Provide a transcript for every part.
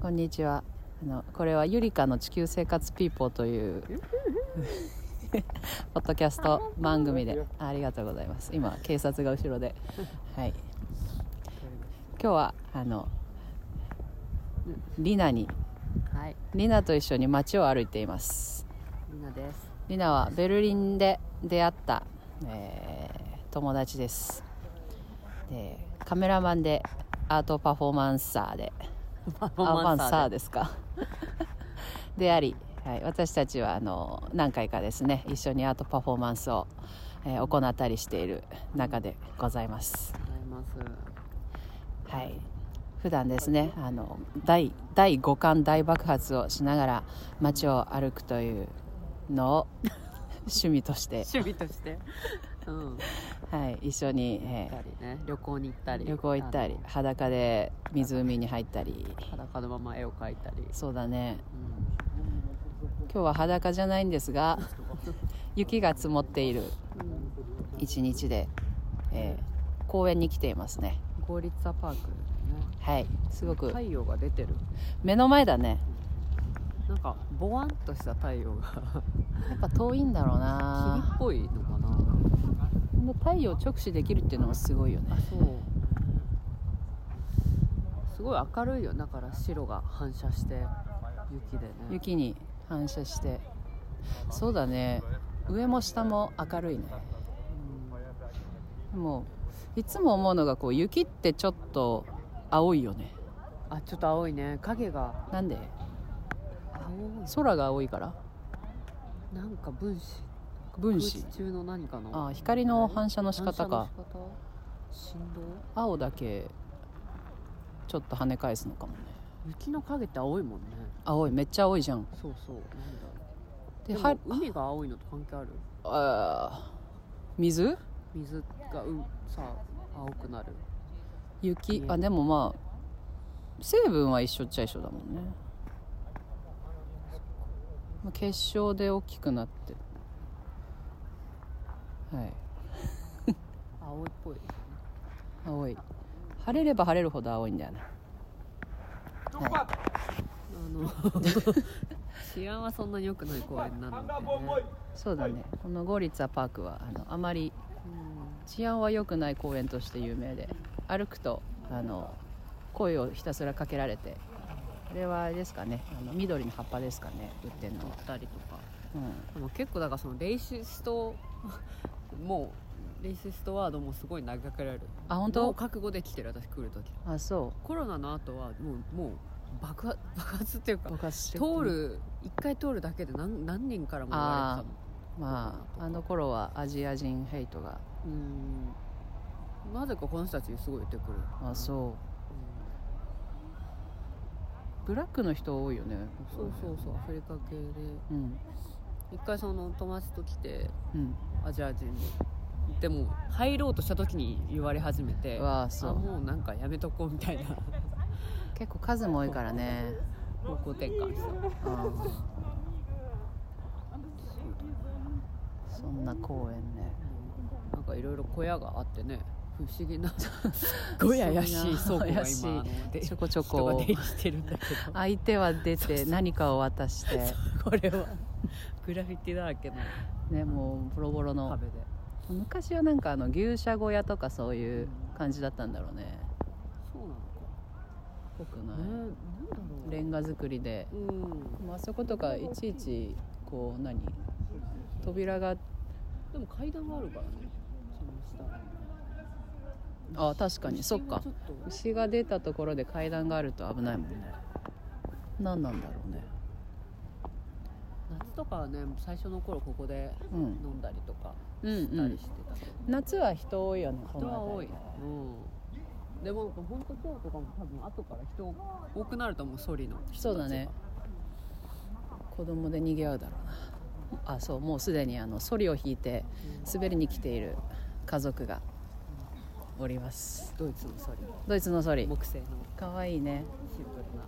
こんにちはあのこれはゆりかの地球生活ピーポーという ポッドキャスト番組でありがとうございます今警察が後ろではい今日はあのリナにはい、リナと一緒に街を歩いていますみんな です。リナはベルリンで出会った、えー友達ですでカメラマンでアートパフォーマンサーでパアーマンサーで。ですか であり、はい、私たちはあの何回かですね一緒にアートパフォーマンスを、えー行ったりしている中でございますございます。はい普段ですねあの第第5巻大爆発をしながら街を歩くという のを趣味として、趣味として。うん。行っはい、一緒に、えたりね、旅行に行ったり。ー旅行行ったり裸で湖に入ったりあの。裸のまま絵を描いたり。そうだねうん。今日は裸じゃないんですが雪が積もっているうん、一日で、えー公園に来ていますねゴーリッツァパークだよね。はいすごく太陽が出てる。目の前だねなんか、ぼわんとした太陽 が。やっぱ遠いんだろう霧なっぽいのかな。で太陽直視できるっていうのもすごいよねあ、そう。すごい明るいよ。だから白が反射して。雪でね。雪に反射してそうだね上も下も明るいねうん。でもいつも思うのがこう雪ってちょっと青いよねあ、ちょっと青いね。影が。なんで青い空が青いからなんか分子分子空気中の何かのあ光の反射の仕方か反射の仕方振動青だけちょっと跳ね返すのかもね雪の影って青いもんね青いめっちゃ青いじゃんそうそうなんだろうでではも海が青いのと関係あるあー水水がうさ青くなる雪ねあでもまあ成分は一緒っちゃ一緒だもんねまあ結晶で大きくなってはい青いっぽい青い晴れれば晴れるほど青いんだよね、はあ の治安はそんなに良くない公園なので、ねい、そうだねこのゴーリッツァパークはあのあまりうん、治安は良くない公園として有名で歩くとあの声をひたすらかけられてこれはあれですかねあの緑の葉っぱですかね売ってるの取は、ったりとかうん、でも結構だからそのレイシストもうレイシストワードもすごい投げかけられるあ本もう当覚悟できてる私来る時あそコロナの後はもうもう爆発爆発っていううか爆発して通る一回通るだけで何何人からも言われてまああの頃はアジア人ヘイトがたもんうんなぜかこの人たちにすごい言ってくるあそうブラックの人多いよねうん、そうそうそうアフリカ系でうん一回その友達と来てうんアジア人ででも入ろうとした時に言われ始めてあわあそうもうなんかやめとこうみたいな結構数も多いからね方向転換したうんそんな公園ねなんかいろいろ小屋があってね不思 議なごごいや怪やししいい倉庫が怪今しいあのでちょこちょ人がこ出入りしてるんだけ ど相手は出て何かを渡してこれはグラフィティだらけのねもうボロボロの壁で昔はなんかあの牛舎小屋とかそういう感じだったんだろうねそうなのかぽくねないなんだレンガ作りでろううんまああそことかいちいちこう何扉がでも階段があるからねそのあ確下かにそっかちょっ牛が出たところで階段があると危ないもんね何なんだろうねと夏とかはね最初の頃ここでうん飲んだりとかうんしうたりんしてたけど、夏は人多いよねこ人はの多辺いりねうんでもなんか本当今日とかも多分後から人多くなると思うソリの人たちがそうだね子供で賑わうだろうなあそうもうすでにあのソリを引いて滑りに来ている家族がおりますドイツのソリドイツのソリ木製のかわいいねシンプルな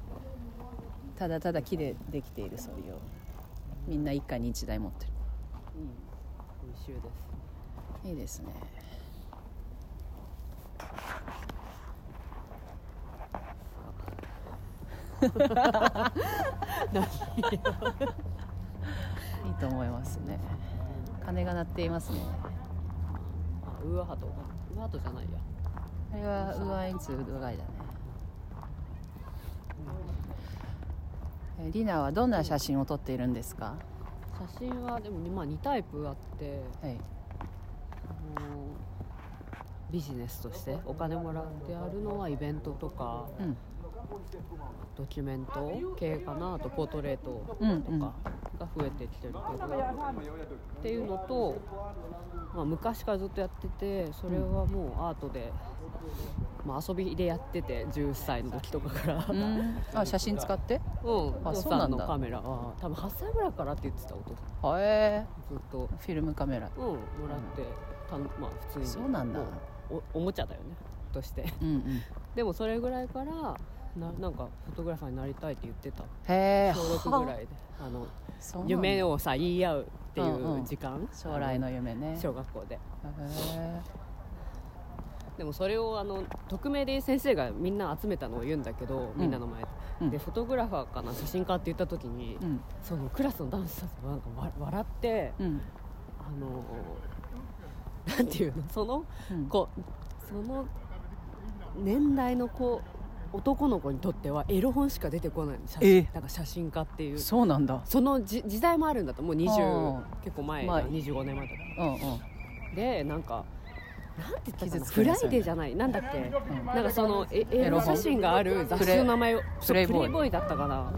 ただただ木でできているソリをみんな一家に一台持っていい美味しいでするいい ですね いいと思いますね鐘が鳴っていますねあウーアハトウーアハトじゃないやあれはウーアインツウドガイだねえーリナはどんな写真を撮っているんですか、写真はでも、まあ、2タイプあってはい、あのビジネスとしてお金もらってやるのはイベントとかうん、ドキュメント系かなあとポートレートうんとかが増えてきてるけど、っていうのと、まあ、昔からずっとやっててそれはもうアートで、まあ、遊びでやってて11歳の時とかから。 うん、あ写真使ってうん、あ父そうなさんんのだカメラは多分8歳ぐらいからって言ってた音ずはえっと、ー、フィルムカメラうん、もらってたんまあ普通にそうなんだもうおおもちゃだよねとして うんうんでもそれぐらいからななんかフォトグラファーになりたいって言ってたへえ小6ぐらいであの夢ををさ言い合うっていんううんう時間、将来の夢あねの小学校でへでもそれをあの匿名で先生がみんな集めたのを言うんだけど、みんなの前で,、うんでフォトグラファーかな写真家って言った時に、えうんそのクラスの男子たちがなんかわ笑ってうんあのなんていうのそのうんこうその年代の子男の子にとってはエロ本しか出てこないの写真えなんか写真家っていうそそうなんだのじ時代もあるんだともうあ20結構前前25年前とかうんうんでなんかなんて言ったか傷なつフくねライデーじゃないなんだっけ、んなんかそのえエエロロ本写真がある雑誌の名前をそうプレイボーイプレイボーイだったかな、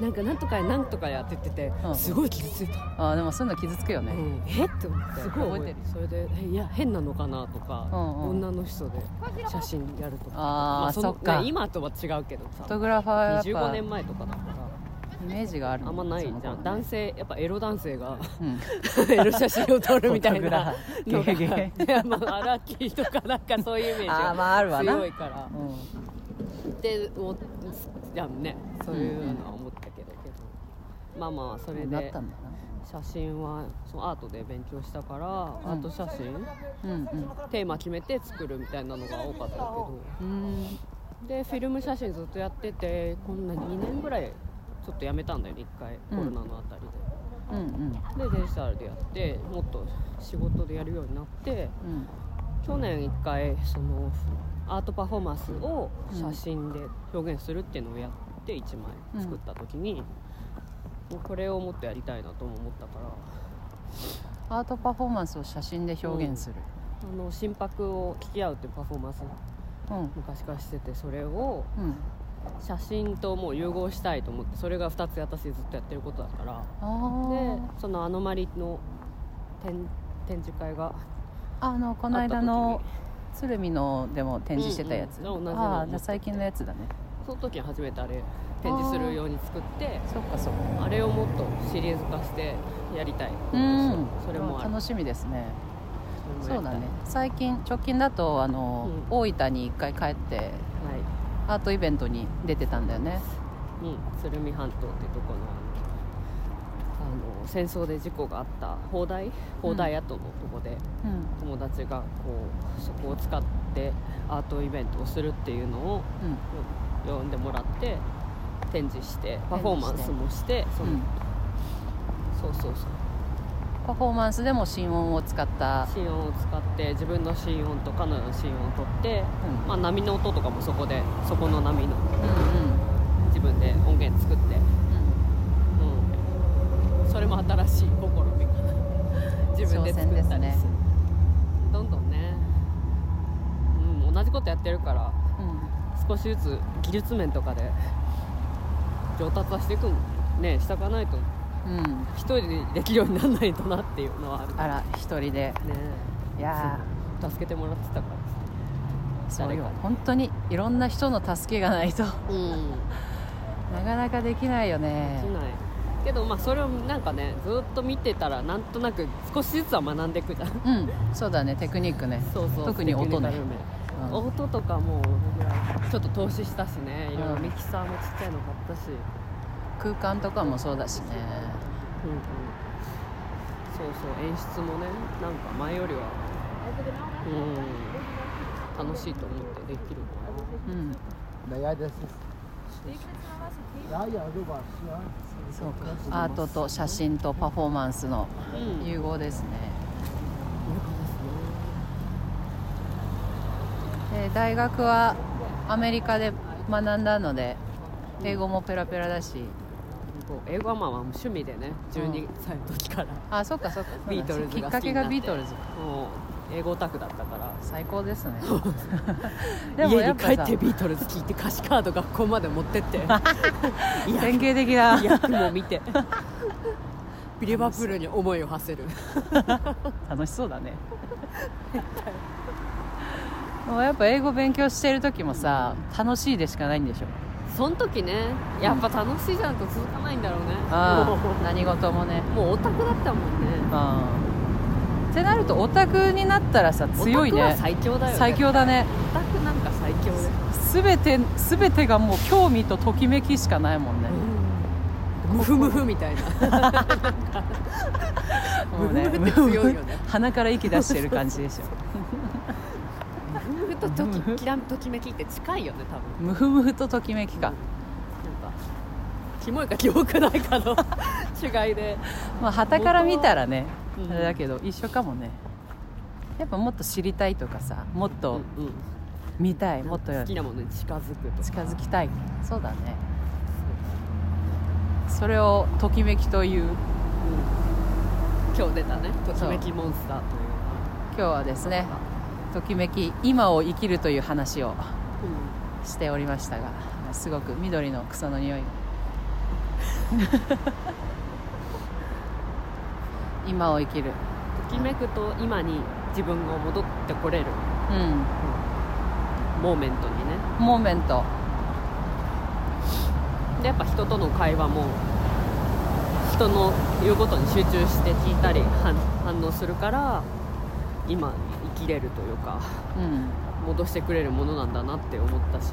うんなんかなんとかやなんとかやって言ってて、うんすごい傷ついたあーでもそういうの傷つくよね、うんえって思ってすごい覚えてるそれでえいや変なのかなとか、うんうん女の人で写真やるとかあーまのそっかね今とは違うけどフォさトグラファー25はや年っ前とかだからぱイメージがあるあんまないじゃん、男ス、性やっぱエロ男性が うん、エロ写真を撮るみたいフォトグなラのがゲゲゲいや まあアラキーとかなんかそういうイメージあーまああるわがな強いからうんでおやんねそういうのは思ったけど、けどまあまあそれなっでたんだな写真はそのアートで勉強したかうら、んアート写真うんテーマ決めて作るみたいなのが多かったけどうんうんでフィルム写真ずっとやっててこんな2年ぐらいちょっとやめたんだよね1回コうんロナのあたりうんうんで、でデジタルでやってもっと仕事でやるようになってうん去年1回そのアートパフォーマンスを写真で表現するっていうのをやって1枚作った時に、もうこれをもっとやりたいなとも思ったからアートパフォーマンスを写真で表現する、あの心拍を聞き合うっていうパフォーマンスうん昔からしててそれをうん、写真ともう融合したいと思ってそれが2つ私ずっとやってることだからあーでそのアノマリの展展示会があのこの間の鶴見のでも展示してたやつ、うんうん同じのを持ってああじゃあ最近のやつだねその時に初めてあれ展示するように作ってそっかそっかあれをもっとシリーズ化してやりたいうんそれもある楽しみですねれもそやうりだたいね最近直近だとあの、うん大分に1回帰ってアートイベントに出てたんだよねはい、うん、鶴見半島ってとこのあの戦争で事故があった砲台砲台跡のとこで、うん友達がこうそこを使ってアートイベントをするっていうのをうん呼んでもらって展示してパフォーマンスもしてその、うんそうそうそうパフォーマンスでも心音を使った、心音を使って自分の心音と彼女の心音を取って、うんまあ、波の音とかもそこでそこの波うのんうん自分で音源作って、うん、それも新しい試みかな自分 で作挑戦でっすたりねするどんどんね、うん、同じことやってるからう少しずつ技術面とかで上達はしていくんねしたかないとん、うん、一人でできるようにならないとなっていうのはあるあら一人でねいや助けてもらってたかーそう誰よか本当にいろんな人の助けがないとならうんかなかできないよでねきないけどまあそれをなんかねずっと見てたらなんとなく少しずつは学んでいくじゃんうんそうだねテクニックねそうそう特に音ねテクニカル面うん音とかもちょっと投資したしねいろいろミキサーもちっちゃいの買ったし、空間とかもそうだしねうんうん、そうそう演出もねなんか前よりはうん楽しいと思ってできるかなうん May I, this is そうかアートと写真とパフォーマンスのうん融合ですね、で大学はアメリカで学んだので英語もペラペラだし、こう英語はまあまあ趣味でね12うん歳の時から、あそうかそうかビートルズが好ききにっなってかけがビートルズもう英語オタクだったから最高ですね 家に帰さってビートルズ聞いて歌詞カード学校まで持ってって典型的 な役も見てビリバプールに思いを馳せる楽しそうだねもうやっぱ英語勉強してる時もさ楽しいでしかないんでしょその時ねやっぱ楽しいじゃんと続かないんだろうねあもあ何事もねうもうオタクだったもんねうんってなるとオタクになったらさ強いオタクねは最強だよね最強だねオタクなんか最強です、全て全てがもう興味とときめきしかないもんねムフムフみたいなもうね ムフムフって強いよね鼻から息出してる感じでしょムフムフととききらときめきって近いよね多分ムフムフとときめきか、なんかキモいかキモくないかの 違いでまあ旗から見たらね、うんあれだけど一緒かもねやっぱもっと知りたいとかさもっとうん見たい、うんもっと好きなものに近づくとか近づきたいそうだねそれをときめきといううん今日出たねときめきモンスターとい今う日はですねときめき今を生きるという話をしておりましたがすごく緑の草の 匂いが今を生きるときめくと今に自分が戻ってこれるうモーメントにねんモーメントでやっぱ人との会話も人の言うことに集中して聞いたり反反応するから今に生きれるというかうん戻してくれるものなんだなって思ったし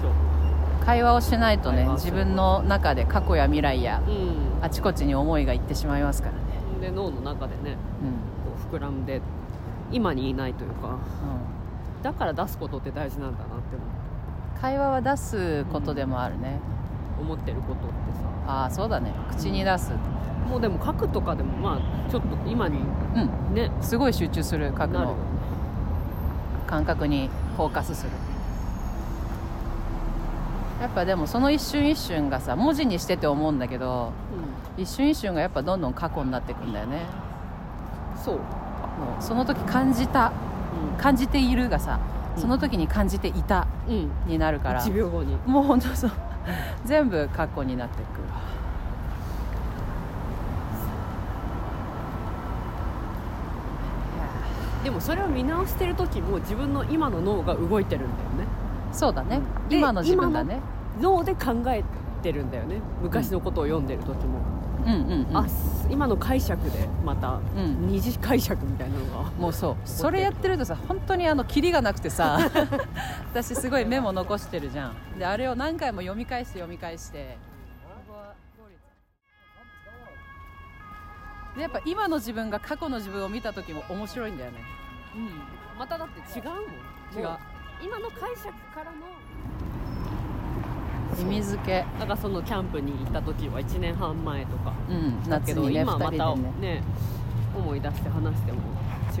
今会話をしないとね会話をす自る分の中で過去や未来や日うんあちこちに思いがいってしまいますからね、で脳の中でねうんこう膨らんで今にいないというかだから出すことって大事なんだなってうん会話は出すことでもあるね、思ってることってさああそうだね口に出すもうでも書くとかでもまあちょっと今にうん、ねすごい集中する書くなるよのね感覚にフォーカスするやっぱでもその一瞬一瞬がさ文字にしてて思うんだけど一瞬一瞬がやっぱどんどん過去になっていくんだよねうんそう、もうその時感じた感じているがさその時に感じていたうんうんになるから、 1秒後にもう本当そう全部過去になっていくいやでもそれを見直してる時も自分の今の脳が動いてるんだよねーそうだねで今の自分だね脳で考えてるんだよね昔のことを読んでる時も、うんうんうんあ今の解釈でまたうん二次解釈みたいなのがもうそうそれやってるとさ本当にあのキリがなくて さ私すごいメモ残してるじゃんであれを何回も読み返して読み返してでやっぱ今の自分が過去の自分を見た時も面白いんだよねまただって違うもん違うも今の解釈からの意味付け、だからそのキャンプに行った時は1年半前とかうん、だけ夏どにね今ま2た人でねね思い出して話しても違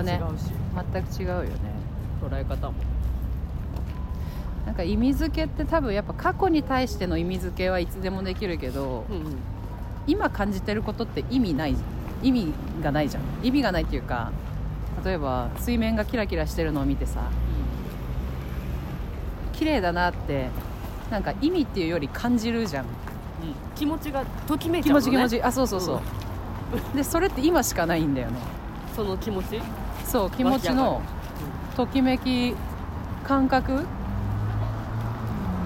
違うね違うし全く違うよね捉え方もなんか意味付けって多分やっぱ過去に対しての意味付けはいつでもできるけど、うんうん今感じてることって意味ない意味がないじゃん意味がないっていうか例えば水面がキラキラしてるのを見てさ綺麗だなってなんか意味っていうより感じるじゃん気持ちがときめいち気ゃうの持ねち気持ちあそうそうそう、でそれって今しかないんだよねその気持ちそう気持ちのときめき感覚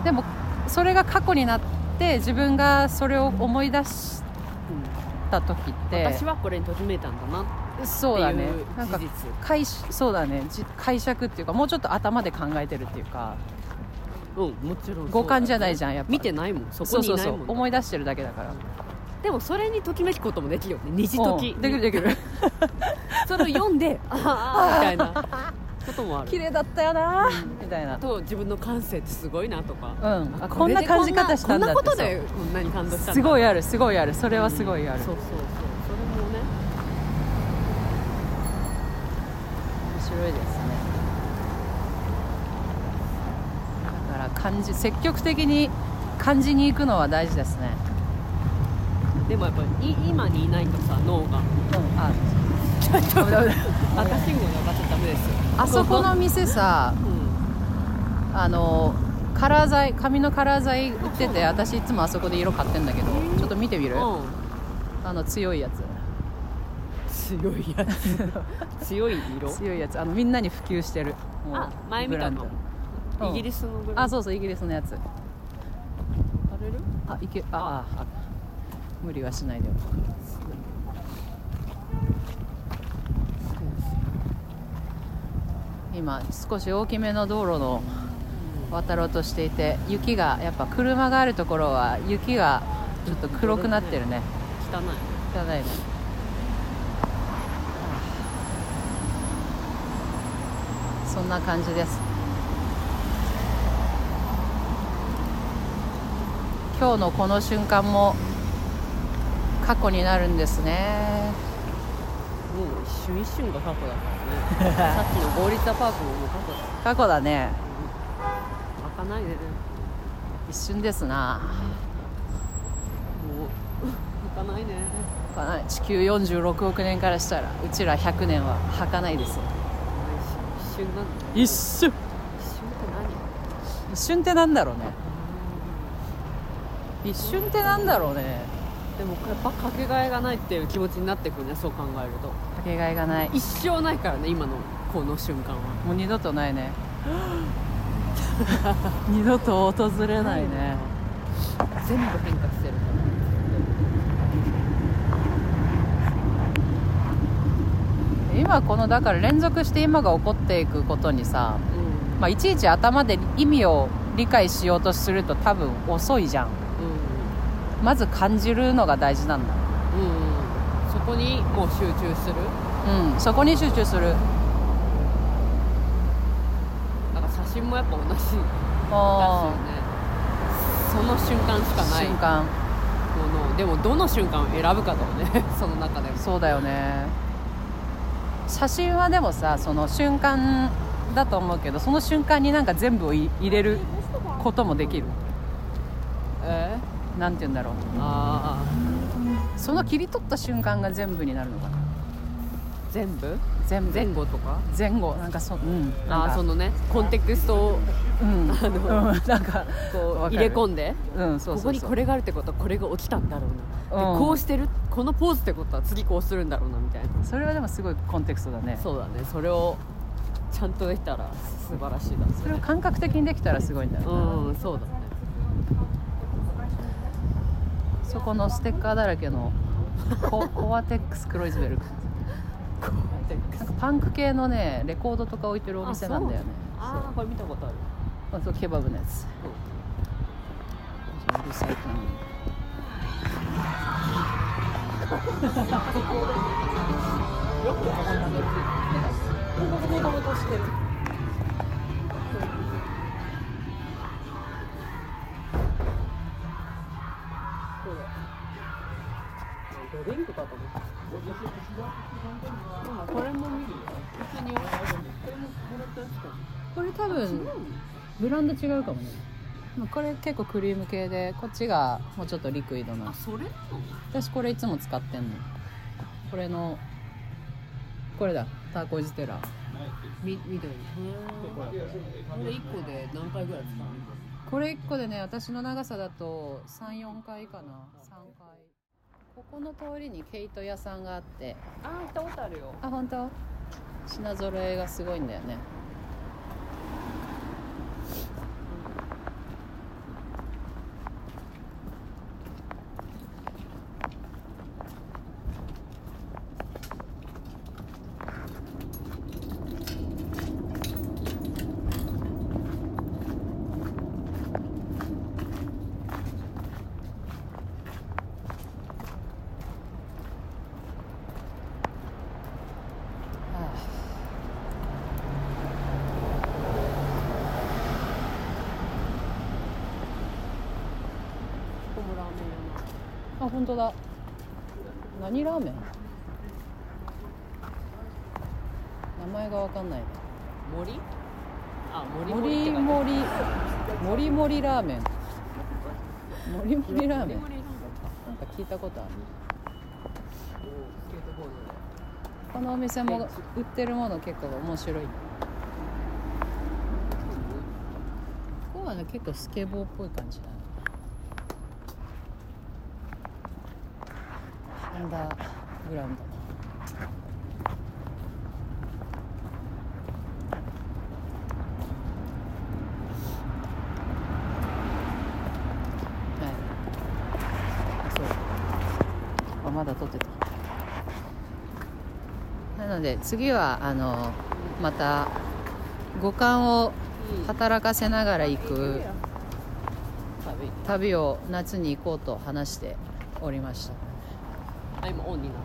でもそれが過去になって自分がそれを思い出した時って私はこれにときめいたんだなっそうだてねいうな事んか実解しそうだねじ解釈っていうかもうちょっと頭で考えてるっていうかうんもちろん五感じゃないじゃんゃんやっぱ見てないもんそそこうにいそうないそもんう思い出してるだけだからでもそれにときめくこともできるよね虹ときうんできるできる それを読んであーあーみたいなこともある綺麗だったよなみたいあなと自分の感性ってすごいなとか、うんああこんな感じ方したんだってこんなことでこんなに感動したんだすごいあるすごいあるそれはすごいある、そうそうそうそれもね面白いですねだから感じ積極的に感じに行くのは大事ですね、でもやっぱりい今にいないとさ脳うがん、あちょっと赤信号で渡っちゃダメですよ あそこの店さうんあのカラー剤髪のカラー剤売ってて私いつもあそこで色買ってんだけどちょっと見てみるあの強いやつうん、強いやつ強い色強いやつあのみんなに普及してるもうあ前見たのブランドうんイギリスのブラあンドそうそうイギリスのやつあれるあいけあああ無理はしないでよ今少し大きめの道路の渡ろうとしていて雪がやっぱ車があるところは雪がちょっと黒くなってるね汚い汚いねそんな感じです今日のこの瞬間も過去になるんですねもう一瞬一瞬が過去だ からねさっきのゴーリッツァパークももう過去だ過去だね開かないでね一瞬ですなもう 開かないね開かない地球46億年からしたらうちら100年は儚ないですよ一瞬なんだ一瞬一瞬って何一瞬ってなんだろうね一瞬ってなんだろうねでもやっぱかけがえがないっていう気持ちになってくるねそう考えるとかけがえがない一生ないからね今のこの瞬間はもう二度とない ね二度と訪れないね全部変化してるか今このだから連続して今が起こっていくことにさ、らうんまあ、いちいち頭で意味を理解しようとすると多分遅いじゃんうまず感じるのが大事なんだんうんうんそこにもう集中するうんそこに集中するだから写真もやっぱ同じですよねあその瞬間しかーない瞬も間のでもどの瞬間を選ぶかだよね その中でもそうだよね写真はでもさその瞬間だと思うけどその瞬間になんか全部をい入れることもできるえなんて言うんだろうー、ああその切り取った瞬間が全部になるのかな全部全部前後とか前後なんかそうんなんあかあそのねコンテクストをうん あのうんなんかこわかうる入れ込んでうんそうそうそうここにこれがあるってことはこれが起きたんだろうな、でうんこうしてるこのポーズってことは次こうするんだろうなみたいなそれはでもすごいコンテクストだねそうだねそれをちゃんとできたら素晴らしいだそれを感覚的にできたらすごいんだよねうんそうだねそこのステッカーだらけのココアテックスクロイズベルクなんかパンク系のねレコードとか置いてるお店なんだよねああこれ見たことあるそうそうケバブのやつうるさいかなよくここにたどり着いたねここもともとしてるそうだドリンクかと思ったでもこれも見るよ普通にこれもこれとしかこれ多分ブランド違うかもねこれ結構クリーム系でこっちがもうちょっとリクイドなそれなの私これいつも使ってんのこれのこれだターコイズテラみ緑へーこれ一個で何回ぐらい使うのこれ1個でね私の長さだと34回かな3回ここの通りに毛糸屋さんがあってあー行ったことあるよあ本当品揃えがすごいんだよねはあ本当だ何ラーメン名前が分かんないね森あ森もり森もりもりもりラーメンもりもりラーメンなんか聞いたことあるこのお店も売ってるもの結構面白いここはね結構スケボーっぽい感じだねアンダーグラウンドはいあそうあまだ撮ってたなので次はあのまた五感を働かせながら行く旅を夏に行こうと話しておりましたあ今オンになっ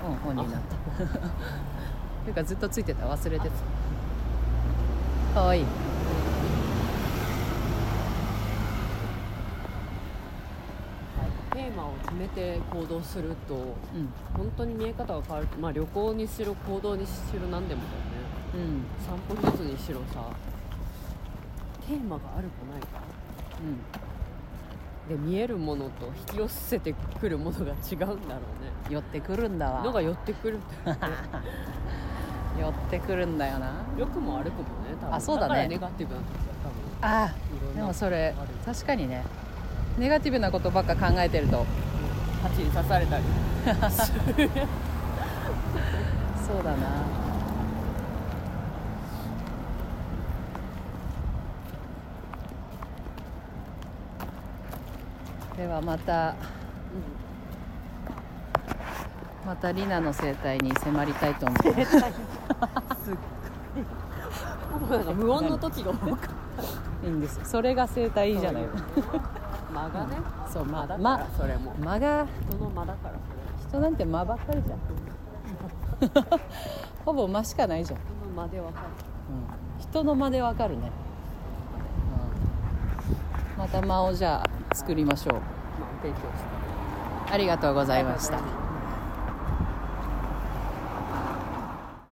たのうん本になったていうかずっとついてた忘れてたかわいいテーマを決めて行動するとうん本当に見え方が変わる、まあ、旅行にしろ行動にしろ何でもだよねうん散歩一つにしろさテーマがあるかないかうんで見えるものと引き寄せてくるものが違うんだろうね寄ってくるんだわのが寄ってくるんだ よね寄ってくるんだよな良くも悪くもね多分あそうだねからネガティブな時はあ多分いろんでなもそれ確かにねネガティブなことばっか考えてると鉢に刺されたりそうだなではまたまたリナの生態に迫りたいと思い ますなんか無音の時が多かっいいんです それが生態いいじゃないた間がねそうま間だだからまそれも間が人の間だからそれ人なんて間ばっかりじゃん ほぼ間しかないじゃん人の間でわかるうん人の間でわかるね、うんまた間をじゃあ作りましょうまあ提供してありがとうございましたありがとうございました